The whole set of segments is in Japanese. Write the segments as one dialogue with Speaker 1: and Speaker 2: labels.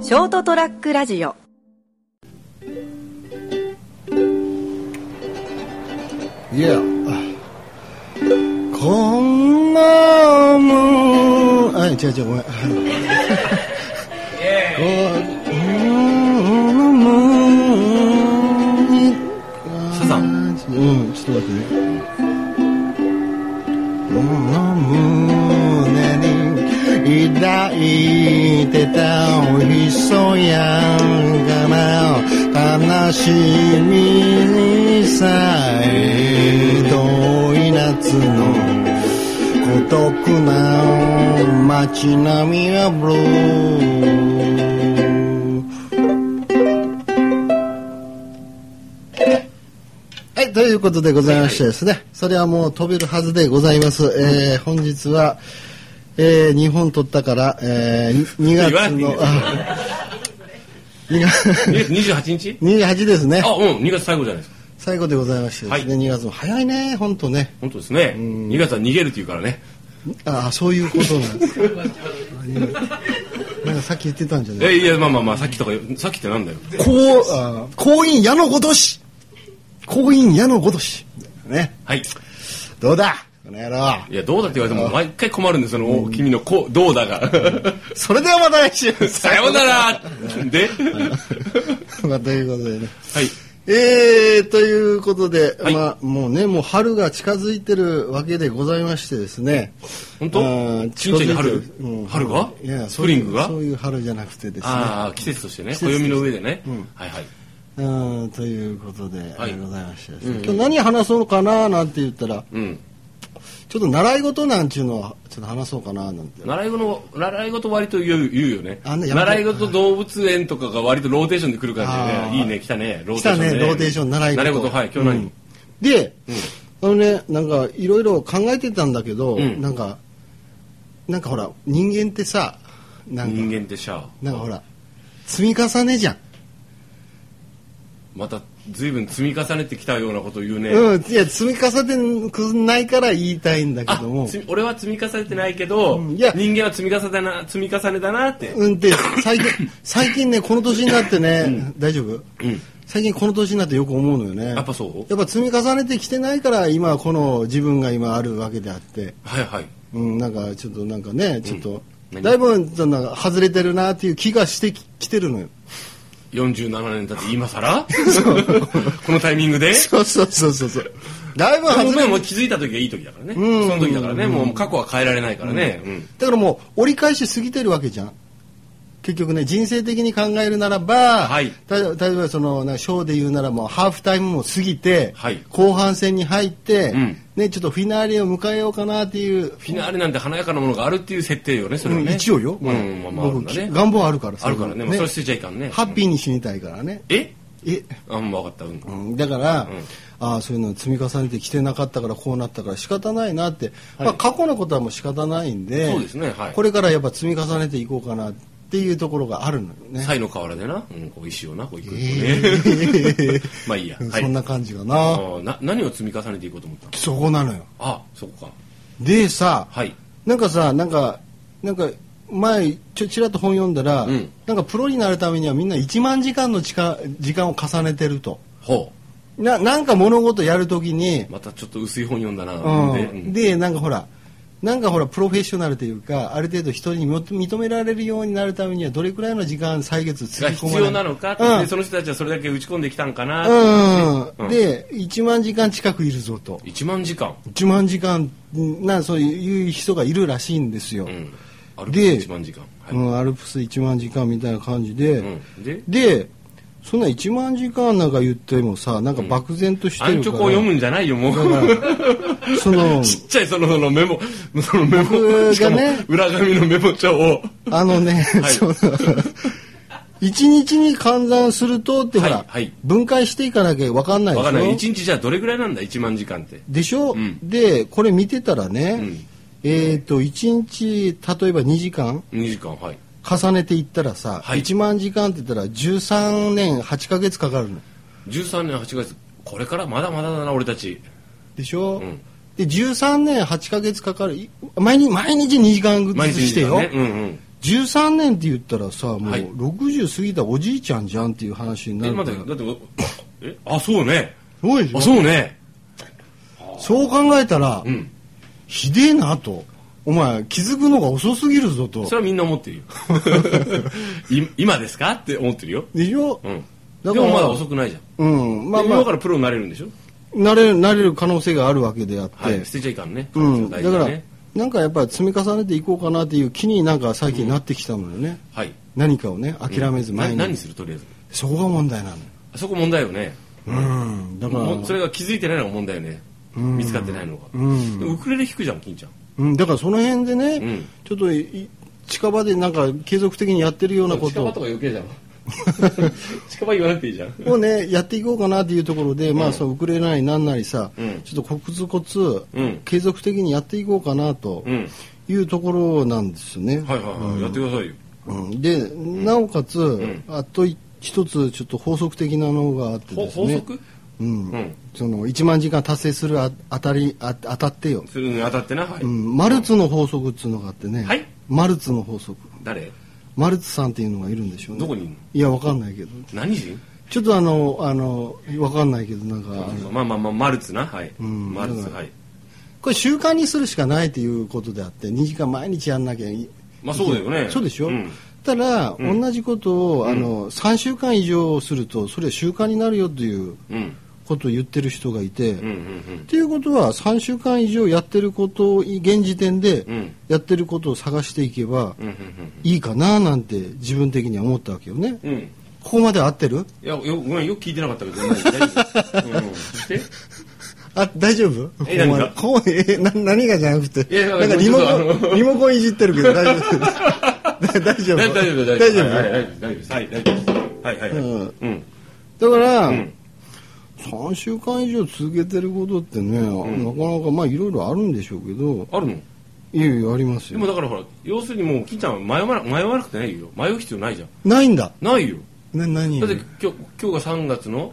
Speaker 1: ショートトラックラジオ
Speaker 2: いや、こんなもん、あ、違う違う、ごめん。こんなもんに
Speaker 3: サザ
Speaker 2: ン。うん、ちょっと待ってね。この胸に抱いてたおひそやかな悲しみにさえ遠い夏の孤独な街並みはブルーはい、ということでございましてですね、それはもう飛べるはずでございます。えー、本日は、えー、2本取ったから、えー、2
Speaker 3: 言わ
Speaker 2: 月
Speaker 3: なくていい
Speaker 2: の
Speaker 3: で、
Speaker 2: あ
Speaker 3: す
Speaker 2: 2月、
Speaker 3: 2月28日
Speaker 2: 28ですね
Speaker 3: あ、。うん、2月最後じゃないですか。
Speaker 2: 最後でございましてですね、
Speaker 3: はい
Speaker 2: 2月も早いね、ほんとね。
Speaker 3: 本当ですね。2月は逃げるって言うからね。
Speaker 2: ああ、そういうことなんです。なんかさっき言ってたんじゃない
Speaker 3: え、いや、まあまあまあ、さっきとか、さっきってなんだよ。
Speaker 2: こう、あー婚姻矢のごとし婚姻矢のごとしね。
Speaker 3: はい。
Speaker 2: どうだこの野郎。
Speaker 3: いや、どうだって言われても、毎回困るんですよ、その、君のこう、どう だが。
Speaker 2: それではまた来週
Speaker 3: さようなら で、
Speaker 2: まあ、ということでね。
Speaker 3: はい。
Speaker 2: えー、ということで、
Speaker 3: はい
Speaker 2: まあ、もうね、もう春が近づいてるわけでございましてですね。
Speaker 3: 本当
Speaker 2: あー
Speaker 3: 近所に春
Speaker 2: 近づいてる
Speaker 3: 春が
Speaker 2: いや、
Speaker 3: スプリングが
Speaker 2: そういうそういう春じゃなくてですね。あ
Speaker 3: ああ、季節としてね、
Speaker 2: 節として
Speaker 3: 暦の上でね
Speaker 2: うん。
Speaker 3: はいはい。
Speaker 2: ーということで、
Speaker 3: はい
Speaker 2: ございましてですね、今日何話そうかななんて言ったら、
Speaker 3: うん。
Speaker 2: ちょっと習い事なんちゅうのは、ちょっと話そうかななんて。
Speaker 3: 習い事の、習い事割と言う言うよね。
Speaker 2: あねやめて
Speaker 3: 習い事動物園とかが割とローテーションで来るから
Speaker 2: あ
Speaker 3: ね。
Speaker 2: ー
Speaker 3: いいね、来たね。ロー
Speaker 2: 来
Speaker 3: テ
Speaker 2: た
Speaker 3: ーション
Speaker 2: ね、ローテーション習い事。
Speaker 3: 習い事、はい。今日
Speaker 2: う
Speaker 3: 何
Speaker 2: んで、あのね、なんかいろいろ考えてたんだけど、
Speaker 3: うん
Speaker 2: なんか、なんかほら、人間ってさ、なんか、
Speaker 3: 人間ってシャア。
Speaker 2: なんかほら、積み重ねじゃん。
Speaker 3: また随分積み重ねてきたようなことを言うね、
Speaker 2: うん、いや、積み重ねてないから言いたいんだけ
Speaker 3: あ
Speaker 2: ども、
Speaker 3: 積み俺は積み重ねてないけど、
Speaker 2: うんいや
Speaker 3: 人間は積み重ねだな積み重ねだなって、
Speaker 2: うんで、最近、最近ね、この年になってね、大丈夫
Speaker 3: うん
Speaker 2: 最近この年になってよく思うのよね。
Speaker 3: やっぱそう
Speaker 2: やっぱ積み重ねてきてないから、今、この自分が今あるわけであって。
Speaker 3: はいはい
Speaker 2: うん、なんかちょっとなんかねちょっと、
Speaker 3: 何
Speaker 2: だいぶちょっとなんか外れてるなっていう気がしてききてるのよ
Speaker 3: 47年経って今更 このタイミングで
Speaker 2: そうそうそうそうそうだいぶ
Speaker 3: でも
Speaker 2: 外れ
Speaker 3: もう気づいた時がいい時だからね、
Speaker 2: うん
Speaker 3: その時だからね、もう過去は変えられないからね、うん
Speaker 2: だからもう折り返し過ぎてるわけじゃん結局ね人生的に考えるならば、
Speaker 3: はい
Speaker 2: た例えばそのなんかショーで言うならもうハーフタイムも過ぎて、
Speaker 3: はい
Speaker 2: 後半戦に入って、
Speaker 3: うん
Speaker 2: ね、ちょっとフィナーレを迎えようかなっていう、
Speaker 3: フィナーレなんて華やかなものがあるっていう設定よねそれは
Speaker 2: うん
Speaker 3: ね
Speaker 2: 一応よ、
Speaker 3: う
Speaker 2: まだ
Speaker 3: んまあまああるんだね
Speaker 2: 僕願望あるから
Speaker 3: あるからね、まあ、それ捨てちゃいかんね
Speaker 2: ハッピーに死にたいからね、
Speaker 3: え
Speaker 2: え
Speaker 3: あんま分かったうん
Speaker 2: うんだから、
Speaker 3: うん
Speaker 2: ああそういうのを積み重ねてきてなかったからこうなったから仕方ないなって、まあ、過去のことはもう仕方ないんで
Speaker 3: そうですねはい
Speaker 2: これからやっぱ積み重ねていこうかなっていうところがあるのよね。
Speaker 3: サイの河原でな、うん、こう石をなこういくね、 まあいいや、
Speaker 2: うん
Speaker 3: はい
Speaker 2: そんな感じかな、
Speaker 3: あーな何を積み重ねていこうと思ったの
Speaker 2: そこなのよ
Speaker 3: あそこか
Speaker 2: でさ、
Speaker 3: はい
Speaker 2: なんかさなんかなんか前ちょちらっと本読んだら、
Speaker 3: うん
Speaker 2: なんかプロになるためにはみんな1万時間の時間時間を重ねてると
Speaker 3: ほ
Speaker 2: ななんか物事やるときに
Speaker 3: うまたちょっと薄い本読んだな、で
Speaker 2: う
Speaker 3: うん
Speaker 2: ん、でなんかほらなんかほらプロフェッショナルというかある程度人にも認められるようになるためにはどれくらいの時間歳月つぎ込
Speaker 3: が
Speaker 2: ま
Speaker 3: 必
Speaker 2: れ
Speaker 3: 要なのかって、
Speaker 2: うん
Speaker 3: でその人たちはそれだけ打ち込んできたんかなって、
Speaker 2: うん
Speaker 3: うん
Speaker 2: で1万時間近くいるぞと
Speaker 3: 1万時間、
Speaker 2: 1万時間なそういう人がいるらしいんですよ、う
Speaker 3: うんん、ある
Speaker 2: で
Speaker 3: 1万時間、はい
Speaker 2: アルプス1万時間みたいな感じで、
Speaker 3: うんで
Speaker 2: でそんな1万時間なんか言ってもさなんか漠然として
Speaker 3: アン
Speaker 2: る
Speaker 3: チ
Speaker 2: から、
Speaker 3: ョコを読むんじゃないよもう
Speaker 2: その
Speaker 3: ちっちゃいそのそのメモそのメモ
Speaker 2: 僕
Speaker 3: しか
Speaker 2: が
Speaker 3: も
Speaker 2: ね
Speaker 3: 裏紙のメモ帳を
Speaker 2: あのね、
Speaker 3: はい
Speaker 2: その一日に換算するとってほら、
Speaker 3: はいはい
Speaker 2: 分解していかなきゃ分かんない
Speaker 3: わ
Speaker 2: でし
Speaker 3: か
Speaker 2: ょ
Speaker 3: んない1日じゃどれぐらいなんだ1万時間って
Speaker 2: でしょ、
Speaker 3: うん
Speaker 2: でこれ見てたらね、
Speaker 3: うん
Speaker 2: えっ、と一日例えば2時間
Speaker 3: 2時間はい
Speaker 2: 重ねていったらさ、
Speaker 3: はい
Speaker 2: 1万時間って言ったら13年8ヶ月かかるの
Speaker 3: 13年8月これからまだまだだな俺たち
Speaker 2: でしょ、
Speaker 3: うん
Speaker 2: で13年8ヶ月かかるい毎日毎日2時間ずつ
Speaker 3: 毎日
Speaker 2: してよ、
Speaker 3: ねうんうん
Speaker 2: 13年って言ったらさもう
Speaker 3: はい
Speaker 2: 60過ぎたおじいちゃんじゃんっていう話にな
Speaker 3: え
Speaker 2: るか
Speaker 3: 待
Speaker 2: ら
Speaker 3: ってだって おえあそうね
Speaker 2: そうでしょ
Speaker 3: あそうね
Speaker 2: そう考えたら、
Speaker 3: うん
Speaker 2: ひでえなとお前気づくのが遅すぎるぞと
Speaker 3: それはみんな思ってるよ い今ですかって思ってるよ、
Speaker 2: でしょ、
Speaker 3: うん、
Speaker 2: だから
Speaker 3: でもまだ遅くないじゃん、
Speaker 2: うんまあ
Speaker 3: で
Speaker 2: ま
Speaker 3: 今
Speaker 2: あ
Speaker 3: からプロになれるんでしょ、
Speaker 2: なれるなれる可能性があるわけであって、
Speaker 3: はい、捨てちゃいかんね、
Speaker 2: うん、だ
Speaker 3: 大
Speaker 2: か
Speaker 3: 事
Speaker 2: ら、
Speaker 3: ね
Speaker 2: なんかやっぱり積み重ねていこうかなっていう気になんか最近なってきたのよね、
Speaker 3: はい
Speaker 2: 何かをね諦めず前に、
Speaker 3: な何するとりあえず
Speaker 2: そこが問題なのよ
Speaker 3: あそこ問題よね
Speaker 2: うんだから、
Speaker 3: もうそれが気づいてないのが問題よね見つかってないのが、
Speaker 2: うん
Speaker 3: でもウクレレ弾くじゃん金ちゃん
Speaker 2: うん、だからその辺でね、
Speaker 3: ん
Speaker 2: ちょっとい近場でなんか継続的にやってるようなこ
Speaker 3: 近場
Speaker 2: と
Speaker 3: とか余計じゃん 近場言わなくていいじゃん
Speaker 2: をねやっていこうかなっていうところで、まあそうウクレレなりなんなりさ、
Speaker 3: うん
Speaker 2: ちょっとコツコツ
Speaker 3: うん
Speaker 2: 継続的にやっていこうかなと
Speaker 3: うん
Speaker 2: いうところなんですよね、
Speaker 3: はいはいはい、やってくださいよ
Speaker 2: うんでなおかつ、
Speaker 3: ん
Speaker 2: あと一つちょっと法則的なのがあって
Speaker 3: ほ
Speaker 2: です
Speaker 3: 法
Speaker 2: ね
Speaker 3: 則、
Speaker 2: うん
Speaker 3: うん
Speaker 2: その1万時間達成するああたりあ当たってよ、
Speaker 3: するにあたってなはい、
Speaker 2: うん、マルツの法則っつうのがあってね、
Speaker 3: はい
Speaker 2: マルツの法則
Speaker 3: 誰
Speaker 2: マルツさんっていうのがいるんでしょうね
Speaker 3: どこにいんの
Speaker 2: いやわかんないけど
Speaker 3: 何人
Speaker 2: ちょっとあのあのわかんないけどなんかあの
Speaker 3: まあまあまあマルツなはい、
Speaker 2: ん
Speaker 3: マルツ
Speaker 2: うん
Speaker 3: はい
Speaker 2: これ習慣にするしかないということであって2時間毎日やんなきゃい
Speaker 3: まあそうだよね
Speaker 2: そうでしょ、
Speaker 3: うん
Speaker 2: ただ、同じことをあの3週間以上するとそれは習慣になるよという
Speaker 3: うん
Speaker 2: ことを言ってる人がいて、
Speaker 3: うんうん
Speaker 2: っていうことは3週間以上やってることを現時点で
Speaker 3: ん
Speaker 2: やってることを探していけば
Speaker 3: うんうん
Speaker 2: いいかななんて自分的には思ったわけよね
Speaker 3: うんうんうん
Speaker 2: ここまで合ってる
Speaker 3: いやよごめんよく聞いてなかったけど何大丈夫、うん、そして
Speaker 2: あ大丈夫ここ
Speaker 3: え何
Speaker 2: ま
Speaker 3: が
Speaker 2: でここえな何がじゃなく
Speaker 3: い
Speaker 2: て
Speaker 3: やいや
Speaker 2: なんかリモ
Speaker 3: ちょっと
Speaker 2: コ
Speaker 3: あの
Speaker 2: ンリモコンいじってるけど大丈夫 だ大丈夫
Speaker 3: 大丈夫大丈夫
Speaker 2: 大丈夫
Speaker 3: はいはい大丈夫ですはい大丈夫ですはいはいはい
Speaker 2: うん
Speaker 3: うん
Speaker 2: だから、
Speaker 3: ん
Speaker 2: 3週間以上続けてることってね、なかなかまあいろいろあるんでしょうけど
Speaker 3: あるの
Speaker 2: いやいやあります
Speaker 3: でも
Speaker 2: よ
Speaker 3: だからほら要するにもう金ちゃんは迷わな迷わなくてないよ迷う必要ないじゃん
Speaker 2: ないんだ
Speaker 3: ないよ
Speaker 2: な何
Speaker 3: だって今日今日が3月の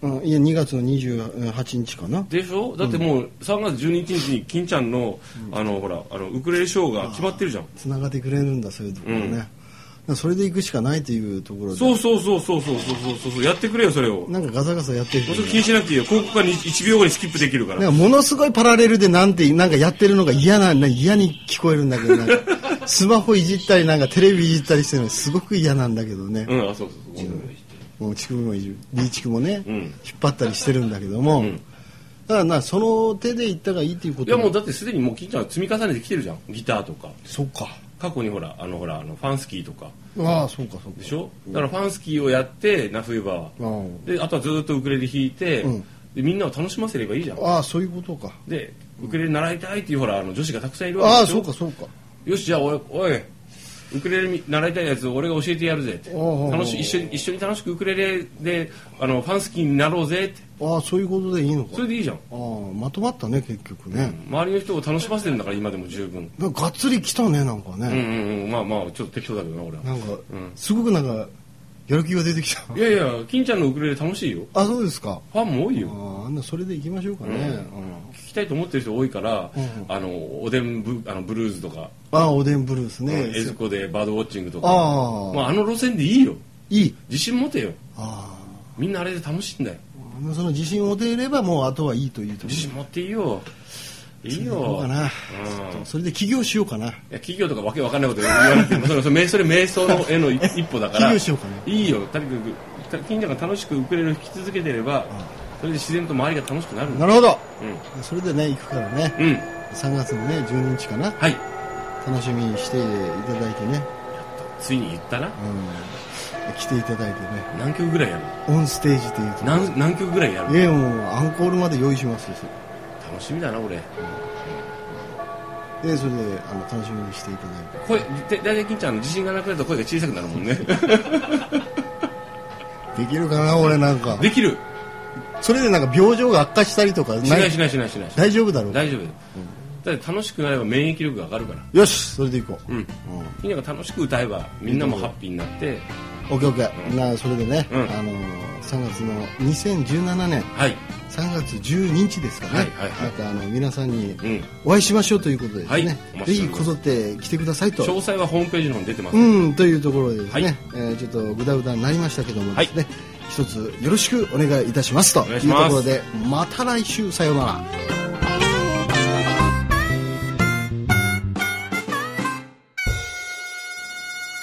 Speaker 2: うんいや2月の28日かな
Speaker 3: でしょだってもう3月12日に金ちゃんの、あのほらあのウクレレショーが決まってるじゃん
Speaker 2: つながってくれるんだそういうところね、だからそれで行くしかないというところで
Speaker 3: そうそうそうそうそうそうそうそうやってくれよそれをも
Speaker 2: なんかガサガサやってる
Speaker 3: うそれ気にしなくていいよ広告が1秒後にスキップできるから
Speaker 2: なんかものすごいパラレルでなんてなんかやってるのが嫌なな嫌に聞こえるんだけどなん かスマホいじったりなんかテレビいじったりしてるのすごく嫌なんだけどね、
Speaker 3: うんあそうそうそう
Speaker 2: もう地区もいる B 地区もね、
Speaker 3: うん
Speaker 2: 引っ張ったりしてるんだけども、だからなその手で行ったがいいっていうこ
Speaker 3: い
Speaker 2: と
Speaker 3: やもう
Speaker 2: だ
Speaker 3: だってすでにもう金ちゃんは積み重ねてきてるじゃんギターとか
Speaker 2: そうか
Speaker 3: 過去にほらあのほらあのファンスキーとか
Speaker 2: ああそうかそうか
Speaker 3: でしょだからファンスキーをやってな冬場は
Speaker 2: あ
Speaker 3: であとはずっとウクレレ弾いて、
Speaker 2: うん
Speaker 3: でみんなを楽しませればいいじゃん
Speaker 2: あああそういうことか
Speaker 3: でウクレレ習いたいっていうほらあの女子がたくさんいるわ
Speaker 2: あ
Speaker 3: け
Speaker 2: あ
Speaker 3: でし
Speaker 2: そ
Speaker 3: ょ
Speaker 2: うかそうか
Speaker 3: よしじゃあおいおいウクレレみ習いたいやつ俺が教えてやるぜって
Speaker 2: おうおうおう
Speaker 3: 楽し一緒に一緒に楽しくウクレレであのファンスキーになろうぜって
Speaker 2: ああそういうことでいいのか
Speaker 3: それでいいじゃん
Speaker 2: ああまとまったね結局ね、
Speaker 3: 周りの人を楽しませてるんだから今でも十分
Speaker 2: なんかがっつり来たねなんか
Speaker 3: うん
Speaker 2: ね、
Speaker 3: うんうんまあまあちょっと適当だけどな俺は
Speaker 2: なんか、
Speaker 3: うん
Speaker 2: すごくなんかやる気が出てきた
Speaker 3: いやいや金ちゃんのウクレレ楽しいよ
Speaker 2: あそうですか
Speaker 3: ファンも多い
Speaker 2: あ
Speaker 3: よ
Speaker 2: ああんなそれで行きましょうかね、うん
Speaker 3: 聞きたいと思ってる人多いから、
Speaker 2: うん
Speaker 3: あのおでんブあのブルーズとか、
Speaker 2: ああおでんブルースね、
Speaker 3: うんエズコでバードウォッチングとか
Speaker 2: ああ
Speaker 3: まあ、あの路線でいいよ
Speaker 2: いい
Speaker 3: 自信持てよ
Speaker 2: ああ
Speaker 3: みんなあれで楽しいんだよ
Speaker 2: その自信を持ていればもうあとはいいというところ
Speaker 3: 自信持っていいよいい
Speaker 2: そ
Speaker 3: よ
Speaker 2: うかな、
Speaker 3: うん
Speaker 2: ちょっとそれで起業しようかない
Speaker 3: や企業とかわけわかんないこと言わなくてもそれそれそれ瞑想の絵の一一歩だから
Speaker 2: 起業しようかない
Speaker 3: いよとにかく金ちゃんが楽しくウクレレを弾き続けてればそれで自然と周りが楽しくなるん
Speaker 2: な
Speaker 3: だ
Speaker 2: るほど
Speaker 3: うん
Speaker 2: それでね行くからね
Speaker 3: うん
Speaker 2: 3月のね12日かな
Speaker 3: はい
Speaker 2: 楽しみにしていただいてね、
Speaker 3: ついに言った
Speaker 2: う
Speaker 3: な
Speaker 2: ん、来ていただいてね
Speaker 3: 何曲ぐらいやる
Speaker 2: オンステージというと
Speaker 3: 何何曲ぐらいやる
Speaker 2: いやもうアンコールまで用意しますよそれ
Speaker 3: 楽しみだな俺
Speaker 2: でそれであの楽しみにしていただいて
Speaker 3: 声で大体金ちゃんの自信がなくなると声が小さくなるもんね
Speaker 2: できるかな俺なんか
Speaker 3: できる
Speaker 2: それでなんか病状が悪化したりとか
Speaker 3: し
Speaker 2: な
Speaker 3: ない
Speaker 2: い
Speaker 3: しないしないしない
Speaker 2: 大丈夫だろう
Speaker 3: 大丈夫だよだって楽しくなれば免疫力が上がるから
Speaker 2: よしそれで行こう
Speaker 3: うん
Speaker 2: うん
Speaker 3: みんなが楽しく歌えばみんなもハッピーになって
Speaker 2: オッケーオッケー。なそれでね、
Speaker 3: うん
Speaker 2: あの3月の2017年
Speaker 3: はい
Speaker 2: 3月12日ですかね。
Speaker 3: はいはいはい
Speaker 2: またあの皆さんに
Speaker 3: うん
Speaker 2: お会いしましょうということですね。
Speaker 3: はい
Speaker 2: ぜひこぞって来てくださいと。
Speaker 3: 詳細はホームページの方に出てます、
Speaker 2: うんというところでですね、
Speaker 3: はい
Speaker 2: えーちょっとぐだぐだになりましたけどもですね、一つよろしくお願いいたしますとい
Speaker 3: 願
Speaker 2: う
Speaker 3: い
Speaker 2: と
Speaker 3: します
Speaker 2: ころでまた来週さようなら。